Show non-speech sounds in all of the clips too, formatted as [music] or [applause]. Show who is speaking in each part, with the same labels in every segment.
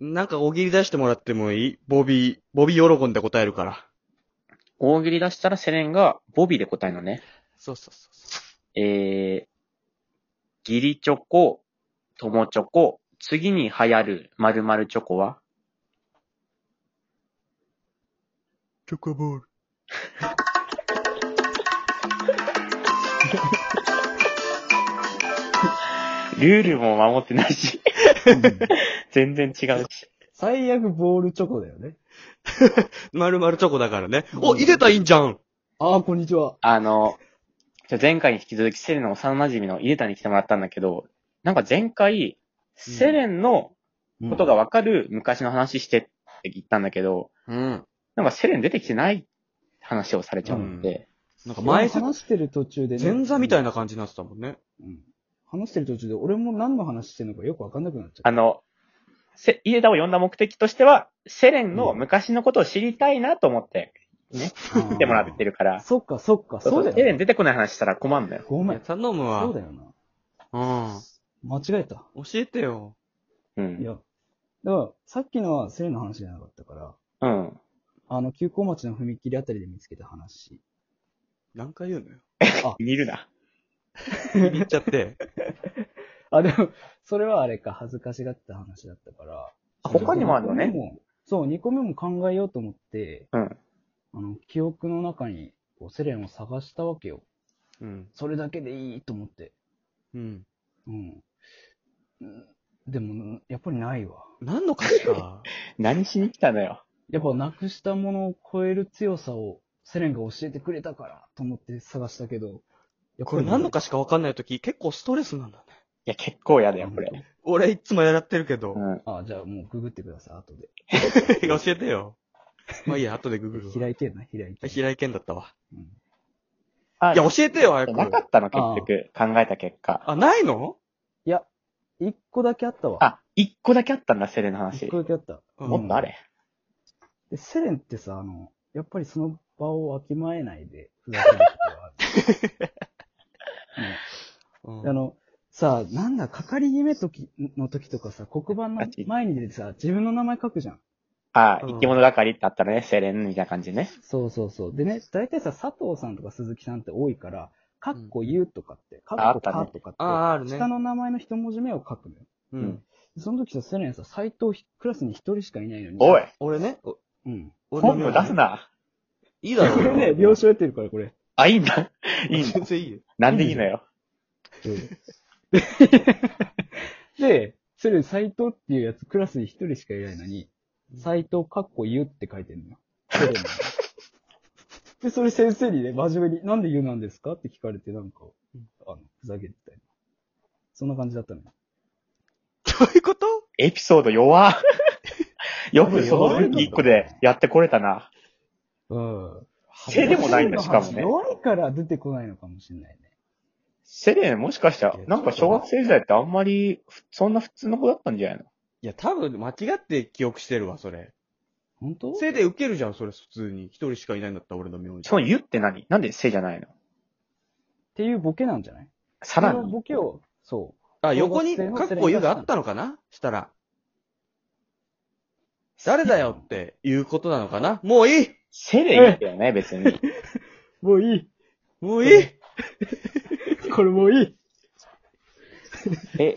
Speaker 1: なんか大喜利出してもらってもいいボビー、ボビー喜んで答えるから。
Speaker 2: 大喜利出したらセレンがボビーで答えるのね。
Speaker 1: そうそうそうそ
Speaker 2: えー、ギリチョコ、ともチョコ、次に流行る〇〇チョコは
Speaker 1: う。チョコボール。
Speaker 2: ルールも守ってないし、 [laughs] 全然違うし。
Speaker 3: 最悪ボールチョコだよね。
Speaker 1: まるまるチョコだからね。お、入れたらいいんじゃん
Speaker 3: ああ、こんにちは。
Speaker 2: あの、じゃあ前回に引き続きセレンの幼馴染の入れたに来てもらったんだけど、なんか前回、セレンのことがわかる昔の話してって言ったんだけど、
Speaker 1: うん。
Speaker 2: なんかセレン出てきてない話をされちゃうので、
Speaker 1: なんか前説、
Speaker 3: 話してる途中でね。
Speaker 1: 前座みたいな感じになってたもんね。
Speaker 3: うん。話してる途中で俺も何の話してんのかよくわかんなくなっちゃ
Speaker 2: あ
Speaker 3: っ
Speaker 2: の、せ、イエダを呼んだ目的としては、セレンの昔のことを知りたいなと思って
Speaker 3: た。あの
Speaker 2: 来てもらってるから、
Speaker 3: そっか、そっか、そうだ
Speaker 2: セレ
Speaker 3: よ
Speaker 2: ン
Speaker 3: な。
Speaker 2: 出てこない話したら困るんだよ。
Speaker 3: ごめん。
Speaker 1: 頼むわ。
Speaker 3: そうだよな。
Speaker 1: う
Speaker 3: 間違えた。
Speaker 1: ん。教えてよ。
Speaker 2: う
Speaker 3: い
Speaker 2: ん。
Speaker 3: や。だから、さっきのはセレンの話じゃなかったから、
Speaker 2: うん。
Speaker 3: あの、急行町の踏切あたりで見つけた話。
Speaker 1: 何回言うのよ。
Speaker 2: 見るな。
Speaker 1: 言っちゃって。
Speaker 3: あ、でも、それはあれか、恥ずかしがってた話だったから。
Speaker 2: あ他にもあるの
Speaker 3: 二
Speaker 2: ね
Speaker 3: 個。目も。そう、2個目も考えようと思って、
Speaker 2: うん。
Speaker 3: あの、記憶の中に、こうセレンを探したわけよ。
Speaker 1: うん。
Speaker 3: それだけでいいと思って。
Speaker 1: うん。
Speaker 3: うん。うんでも、やっぱりないわ。
Speaker 1: 何の歌詞か。
Speaker 2: 何しに来たのよ。
Speaker 3: やっぱなくしたものを超える強さをセレンが教えてくれたからと思って探したけど。やっぱり
Speaker 1: これ何の歌詞か分かんないとき、結構ストレスなんだね。
Speaker 2: いや、結構嫌だよ、これ。
Speaker 1: 俺いつもやってるけど
Speaker 2: う。ん。
Speaker 3: あ、じゃあもうググってください、後で。
Speaker 1: [laughs] 教えてよ。まあいいや、後でググるわ。
Speaker 3: [laughs] 開いてんな、開いてん。
Speaker 1: 平井健だったわ。
Speaker 3: うん
Speaker 2: あ
Speaker 1: いや、教えてよ、早
Speaker 2: なか
Speaker 1: く。
Speaker 2: ったの、結局。考えた結果。
Speaker 1: あ、ないの
Speaker 3: いや、一個だけあったわ。
Speaker 2: あ、一個だけあったんだ、セレンの話
Speaker 3: 一。個だけあった。
Speaker 1: うん
Speaker 2: もっとあれ。
Speaker 3: で、セレンってさ、あの、やっぱりその場をわきまえないで、ふざけることがある。
Speaker 1: う
Speaker 3: うんあ
Speaker 1: ん
Speaker 3: の、さ、なんだ、係姫時の時とかさ、黒板の前に出てさ、自分の名前書くじゃん。
Speaker 2: あ、
Speaker 1: うん
Speaker 2: 生き物係ってあったらね、セレンみたいな感じね。
Speaker 3: そうそうそう。でね、大体さ、佐藤さんとか鈴木さんって多いから、かっこゆうとかって、か
Speaker 2: あ
Speaker 3: っ
Speaker 2: っ
Speaker 3: こ
Speaker 2: たね
Speaker 3: かとかって、
Speaker 1: ああ、あるね
Speaker 3: 下。の名前の一文字目を書くのよ。
Speaker 1: う
Speaker 2: うんん。
Speaker 3: その時さ、セレンさ、斎藤ひクラスに一人しかいないのに。
Speaker 2: おい
Speaker 1: 俺ね、お
Speaker 3: うん。
Speaker 1: 俺の
Speaker 2: 本
Speaker 1: 名
Speaker 2: 部
Speaker 1: 字
Speaker 2: 出すな。
Speaker 1: いい
Speaker 3: こ
Speaker 1: だろうよ。
Speaker 3: れ [laughs] ね、了承得てるから、これ。
Speaker 2: あ、いいんだ。いいんだ
Speaker 1: 全。然いいよ。
Speaker 2: なんでいいのよ。
Speaker 3: で、セレン斎藤っていうやつ、クラスに一人しかいないのに、斎藤かっこゆうって書いてるのよ。セレンので、それ先生にね、真面目に、なんでゆうなんですかって聞かれて、なんか
Speaker 1: うん、
Speaker 3: あの、ふざけてたり。そんな感じだったのよ。
Speaker 1: どういうこと
Speaker 2: エピソード
Speaker 3: [laughs]
Speaker 2: 弱。よくその一個でやってこれたな。
Speaker 3: うん。
Speaker 2: 手でもないんだ、しかもね。
Speaker 3: 弱いから出てこないのかもしれないね。
Speaker 2: セレンもしかしたら、なんか小学生時代ってあんまり、ふそんな普通の子だったんじゃないの
Speaker 1: いや、多分間違って記憶してるわ、それ。
Speaker 3: 本当
Speaker 1: せいで受けるじゃん、それ普通に。一人しかいないんだったら俺の名字。
Speaker 2: その湯って何なんでせじゃないの
Speaker 3: っていうボケなんじゃない
Speaker 2: さら
Speaker 3: その
Speaker 2: に。
Speaker 3: ボケを、そ
Speaker 1: あ、横に、
Speaker 3: 小学
Speaker 1: かっ
Speaker 3: 生の
Speaker 1: こ湯があったのかなしたら。誰だよっていうことなのかなもういい
Speaker 2: セレンいいけどね、別に。
Speaker 3: う。もうい
Speaker 1: もういい
Speaker 3: い。これもういい。
Speaker 2: え、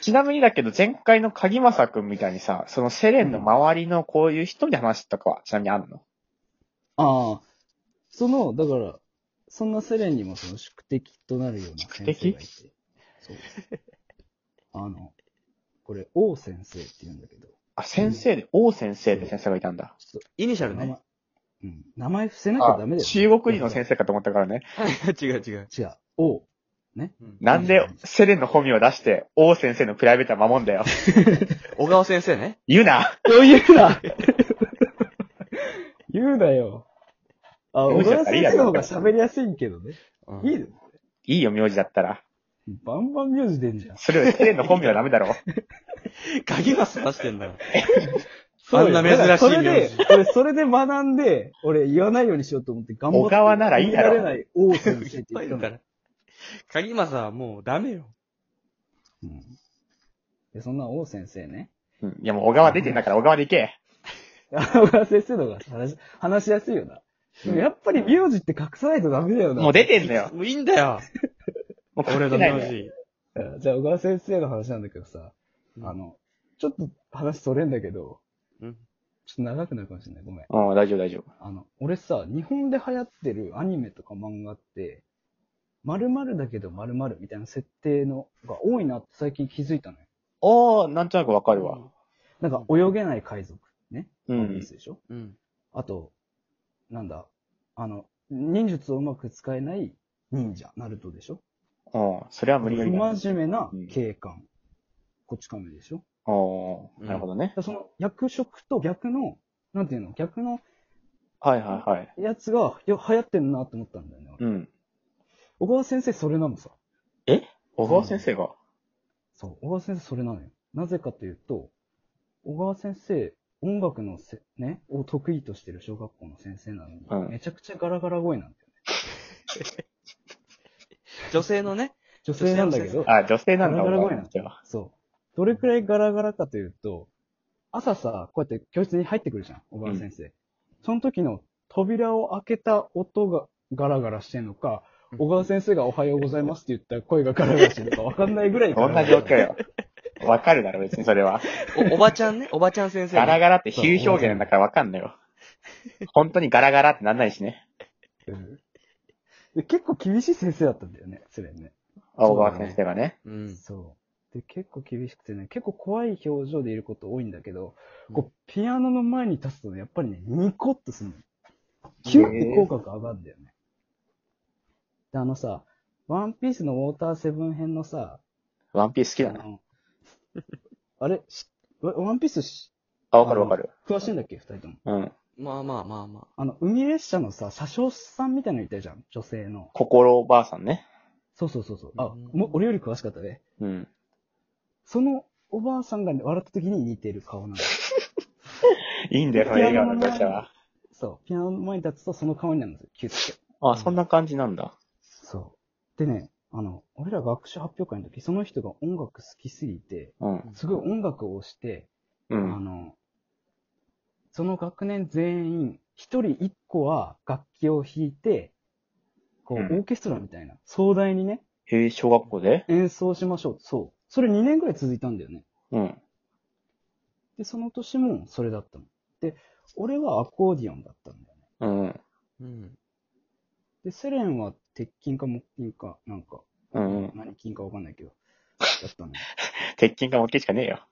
Speaker 2: ちなみにだけど、前回の鍵正くんみたいにさ、そのセレンの周りのこういう人で話とかは、ちなみにあるの
Speaker 3: ああ。その、だから、そんなセレンにもその宿敵となるような先生がいて。そう。あの、これ、王先生って言うんだけど、
Speaker 2: あ、先生で、王先生って先生がいたんだ。
Speaker 3: ちょっ
Speaker 1: イニシャ
Speaker 3: と、
Speaker 1: ル
Speaker 3: 名
Speaker 1: ね。
Speaker 3: 前、うん、名前伏せなきゃ
Speaker 2: あ
Speaker 3: ダメだよ、
Speaker 2: 中国人の先生かと思ったからね。
Speaker 1: [laughs] 違う違う。
Speaker 3: 生。違う。王。
Speaker 2: なんでセレンの本名を出して、王先生のプライベートは守んだよ。
Speaker 1: 小川先生ね。
Speaker 2: 言うな
Speaker 3: 余裕だ [laughs] 言うなよ。あ、
Speaker 2: 無視だっ
Speaker 3: 小川
Speaker 2: たらいい
Speaker 3: 先
Speaker 2: や
Speaker 3: 生
Speaker 2: ろ
Speaker 3: の方が喋りやすいけどね。いいの
Speaker 2: いいよ、名字だったら。
Speaker 3: バンバン名字出んじゃん。
Speaker 2: それよりセレンの本名はダメ [laughs] だろ。
Speaker 1: 鍵マス出してんだよ。
Speaker 3: [laughs] そうよ
Speaker 1: あんな珍しい名字
Speaker 3: それで、俺、それで学んで、俺、言わないようにしようと思って頑張って。
Speaker 2: 小川ならいいだろ
Speaker 3: 言われない王先生っ
Speaker 1: いってぱい
Speaker 3: 言
Speaker 1: い
Speaker 3: った
Speaker 1: るか
Speaker 3: の
Speaker 1: ら。鍵マスはもうダメよ。
Speaker 3: うんで、そんな王先生ね。
Speaker 2: うんいやもう小川出てんだから小川で行け。
Speaker 3: 小川先生の方が話し、話しやすいよな。でもやっぱり名字って隠さないとダメだよな。
Speaker 2: もう出てんだよ。
Speaker 1: もういいんだよ。
Speaker 2: もう
Speaker 1: 俺の
Speaker 2: ないのよ
Speaker 1: 名字。
Speaker 3: うんじゃあ、小川先生の話なんだけどさ、あの、ちょっと話それんだけど、
Speaker 1: うん
Speaker 3: ちょっと長くなるかもしれない。ごめん。
Speaker 2: うん、大丈夫大丈夫。
Speaker 3: あの、俺さ、日本で流行ってるアニメとか漫画って、〇〇だけど〇〇みたいな設定のが多いなって最近気づいたのよ。
Speaker 2: ああ、なんとなくわかるわ。
Speaker 3: なんか、泳げない海賊。ね。
Speaker 2: う
Speaker 3: ワンピ
Speaker 2: ん
Speaker 3: ー。スでしょ
Speaker 1: うん。
Speaker 3: あと、なんだ、あの、忍術をうまく使えない忍者、ナルトでしょ
Speaker 2: うん。それは無理やり
Speaker 3: 不
Speaker 2: だ。ああ、な
Speaker 3: 真面目な
Speaker 2: うん
Speaker 3: 警官。こっち亀でしょ
Speaker 2: るほどね
Speaker 3: だ。からその役職と逆の、なんていうの、逆の
Speaker 2: はいはいはい。
Speaker 3: やつがよ流行ってんなって思ったんだよね。俺
Speaker 2: うん。
Speaker 3: 小川先生それなのさ。
Speaker 2: 小川先生が。
Speaker 3: そう、小川先生それなのよ。なぜかというと、小川先生、音楽のせ、ね、を得意としてる小学校の先生なのに、
Speaker 2: うん
Speaker 3: めちゃくちゃガラガラ声なんだよね。
Speaker 1: 女性のね。
Speaker 3: 女性なんだけど、
Speaker 2: あ、女性なんだ、
Speaker 3: ガラガラ
Speaker 2: 小
Speaker 3: 声
Speaker 2: 川
Speaker 3: な
Speaker 2: 先
Speaker 3: の
Speaker 2: 生は。
Speaker 3: そう。どれくらいガラガラかというと、朝さ、こうやって教室に入ってくるじゃん、小川先生。その時の扉を開けた音がガラガラしてんのか、
Speaker 1: うん
Speaker 3: 小川先生がおはようございますって言ったら声がガラガラしてるのかわかんないぐらいガ
Speaker 2: 同
Speaker 3: ラガラ
Speaker 2: じ状況よ。わかるだろ、別にそれ [laughs] は。
Speaker 1: お、おばちゃんね。おばちゃん先生。
Speaker 2: ガラガラって比喩表現なんだからわかんないよ。本当にガラガラってなんないしね。
Speaker 3: うんで結構厳しい先生だったんだよね、それね。
Speaker 2: あ小川先生がね。
Speaker 1: うん。
Speaker 3: そう。で、結構厳しくてね、結構怖い表情でいること多いんだけど、
Speaker 1: うん
Speaker 3: こう、ピアノの前に立つとね、やっぱりね、ニコッとするの。キュッて口角上がるんだよね。で、あのさ、ワンピースのウォーターセブン編のさ、
Speaker 2: ワンピース好き
Speaker 3: あ
Speaker 2: だな。
Speaker 3: の、あれ、しワワンピースし
Speaker 2: あ、わかるわかる。
Speaker 3: 詳しいんだっけ二人とも。
Speaker 2: うん。
Speaker 1: まあまあまあま
Speaker 3: あの、海列車のさ、車掌さんみたいなのいたじゃん、女性の。
Speaker 2: 心おばあさんね。
Speaker 3: そうそうそうそう。あ、
Speaker 1: うん
Speaker 3: も俺より詳しかったね。
Speaker 2: うん。
Speaker 3: そのおばあさんが笑った時に似てる顔なんだ。
Speaker 2: いいんだよ、その笑顔の描写は。
Speaker 3: そう。ピアノの前に立つとその顔になるんですよ。キュッて。
Speaker 2: あ、そんな感じなんだ。
Speaker 3: そう。でね、あの、俺ら学習発表会の時、その人が音楽好きすぎて、
Speaker 2: うん。
Speaker 3: すごい音楽をして、
Speaker 2: う
Speaker 3: あ
Speaker 2: ん。
Speaker 3: の、その学年全員、一人一個は楽器を弾いて、こう、
Speaker 2: う
Speaker 3: オ
Speaker 2: ん
Speaker 3: ーケストラみたいな、壮大にね、
Speaker 2: へえ、小学校で
Speaker 3: 演奏しましょう。そう。それ2年ぐらい続いたんだよね。
Speaker 2: うん。
Speaker 3: で、その年もそれだったの。で、俺はアコーディオンだったんだよね。
Speaker 2: うん。
Speaker 1: あ。うん。
Speaker 3: で、セレンは鉄筋か木筋か、なんか、
Speaker 2: うんうん。
Speaker 3: 何筋かわかんないけど、だったのよ。
Speaker 2: 鉄筋か木筋しかねえよ。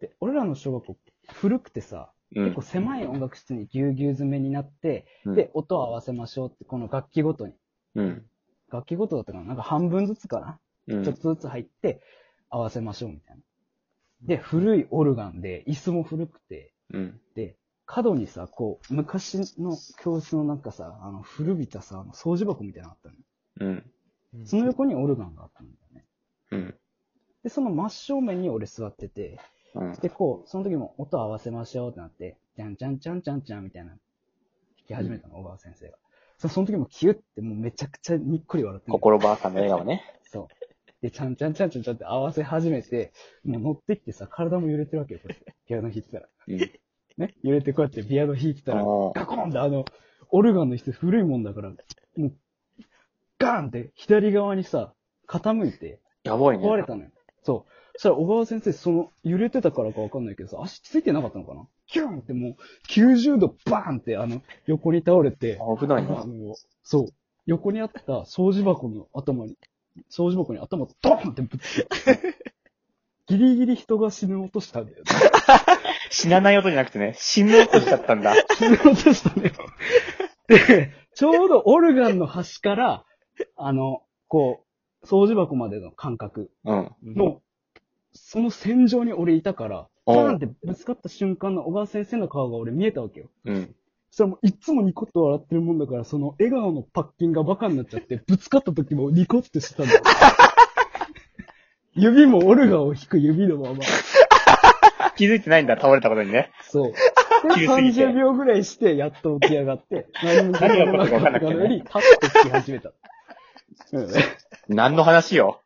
Speaker 3: で、俺らの小学校、古くてさ、
Speaker 2: うん。
Speaker 3: 結構狭い音楽室にぎゅうぎゅう詰めになって、
Speaker 2: うん
Speaker 3: で、音を合わせましょうって、この楽器ごとに。
Speaker 2: うん。
Speaker 3: 楽器ごとだったかななんか半分ずつかな、
Speaker 2: うん
Speaker 3: ちょっとずつ入って、合わせましょうみたいな。で、古いオルガンで、椅子も古くて、
Speaker 2: うん。
Speaker 3: で、角にさ、こう、昔の教室のなんかさ、あの、古びたさ、あの掃除箱みたいなのあったのよ。
Speaker 2: うん。
Speaker 3: その横にオルガンがあったんだよね。
Speaker 2: うん。
Speaker 3: で、その真正面に俺座ってて、
Speaker 2: うん。
Speaker 3: で、こう、その時も音合わせましょうってなって、じゃんじゃんじゃんじゃんじゃんみたいな、弾き始めたの、小川先生が。そその時もキュッて、もうめちゃくちゃにっこり笑ってんだよ
Speaker 2: 心ばあさんの笑顔ね。
Speaker 3: そう。で、ちゃんちゃんちゃんちゃんちゃんって合わせ始めて、もう乗ってきてさ、体も揺れてるわけよ、こうやって。ピアノ弾いてたら。
Speaker 2: [laughs] うん。
Speaker 3: ね。揺れてこうやってピアノ弾いてたら、
Speaker 2: ああ。
Speaker 3: ガコンってあの、オルガンの質古いもんだから、もう、ガーンって左側にさ、傾いて、
Speaker 2: やばいね。
Speaker 3: 壊れたのよ。そう。そしたら小川先生、その、揺れてたからかわかんないけどさ、足ついてなかったのかなキューンってもう、90度バーンって、あの、横に倒れて、
Speaker 2: あ危ない
Speaker 3: あ
Speaker 2: な。
Speaker 3: のそう。横にあった掃除箱の頭に、掃除箱に頭ドーンってぶつけて、ギリギリ人が死ぬ音したんだよね。
Speaker 2: 死なない音じゃなくてね、死ぬ音しちゃったんだ。
Speaker 3: 死ぬ音したね。で、ちょうどオルガンの端から、あの、こう、掃除箱までの間隔、
Speaker 2: うん。
Speaker 3: もう、その戦場に俺いたから、
Speaker 2: お
Speaker 3: パ
Speaker 2: う
Speaker 3: ーンってぶつかった瞬間の小川先生の顔が俺見えたわけよ。
Speaker 2: うん。
Speaker 3: そしたらもういつもニコッと笑ってるもんだから、その笑顔のパッキンがバカになっちゃって、ぶつかった時もニコッてしてた
Speaker 2: [laughs]
Speaker 3: んだよ。指もオルガンを弾く指のまま。
Speaker 2: 気づいてないんだ、倒れたことにね。
Speaker 3: そう。
Speaker 2: 急
Speaker 3: です
Speaker 2: ぎて
Speaker 3: 30秒ぐらいして、やっと起き上がって、何も
Speaker 2: 何が起こったか分かんなくてね
Speaker 3: より、立って弾き始めた。うん
Speaker 2: 何の話よ。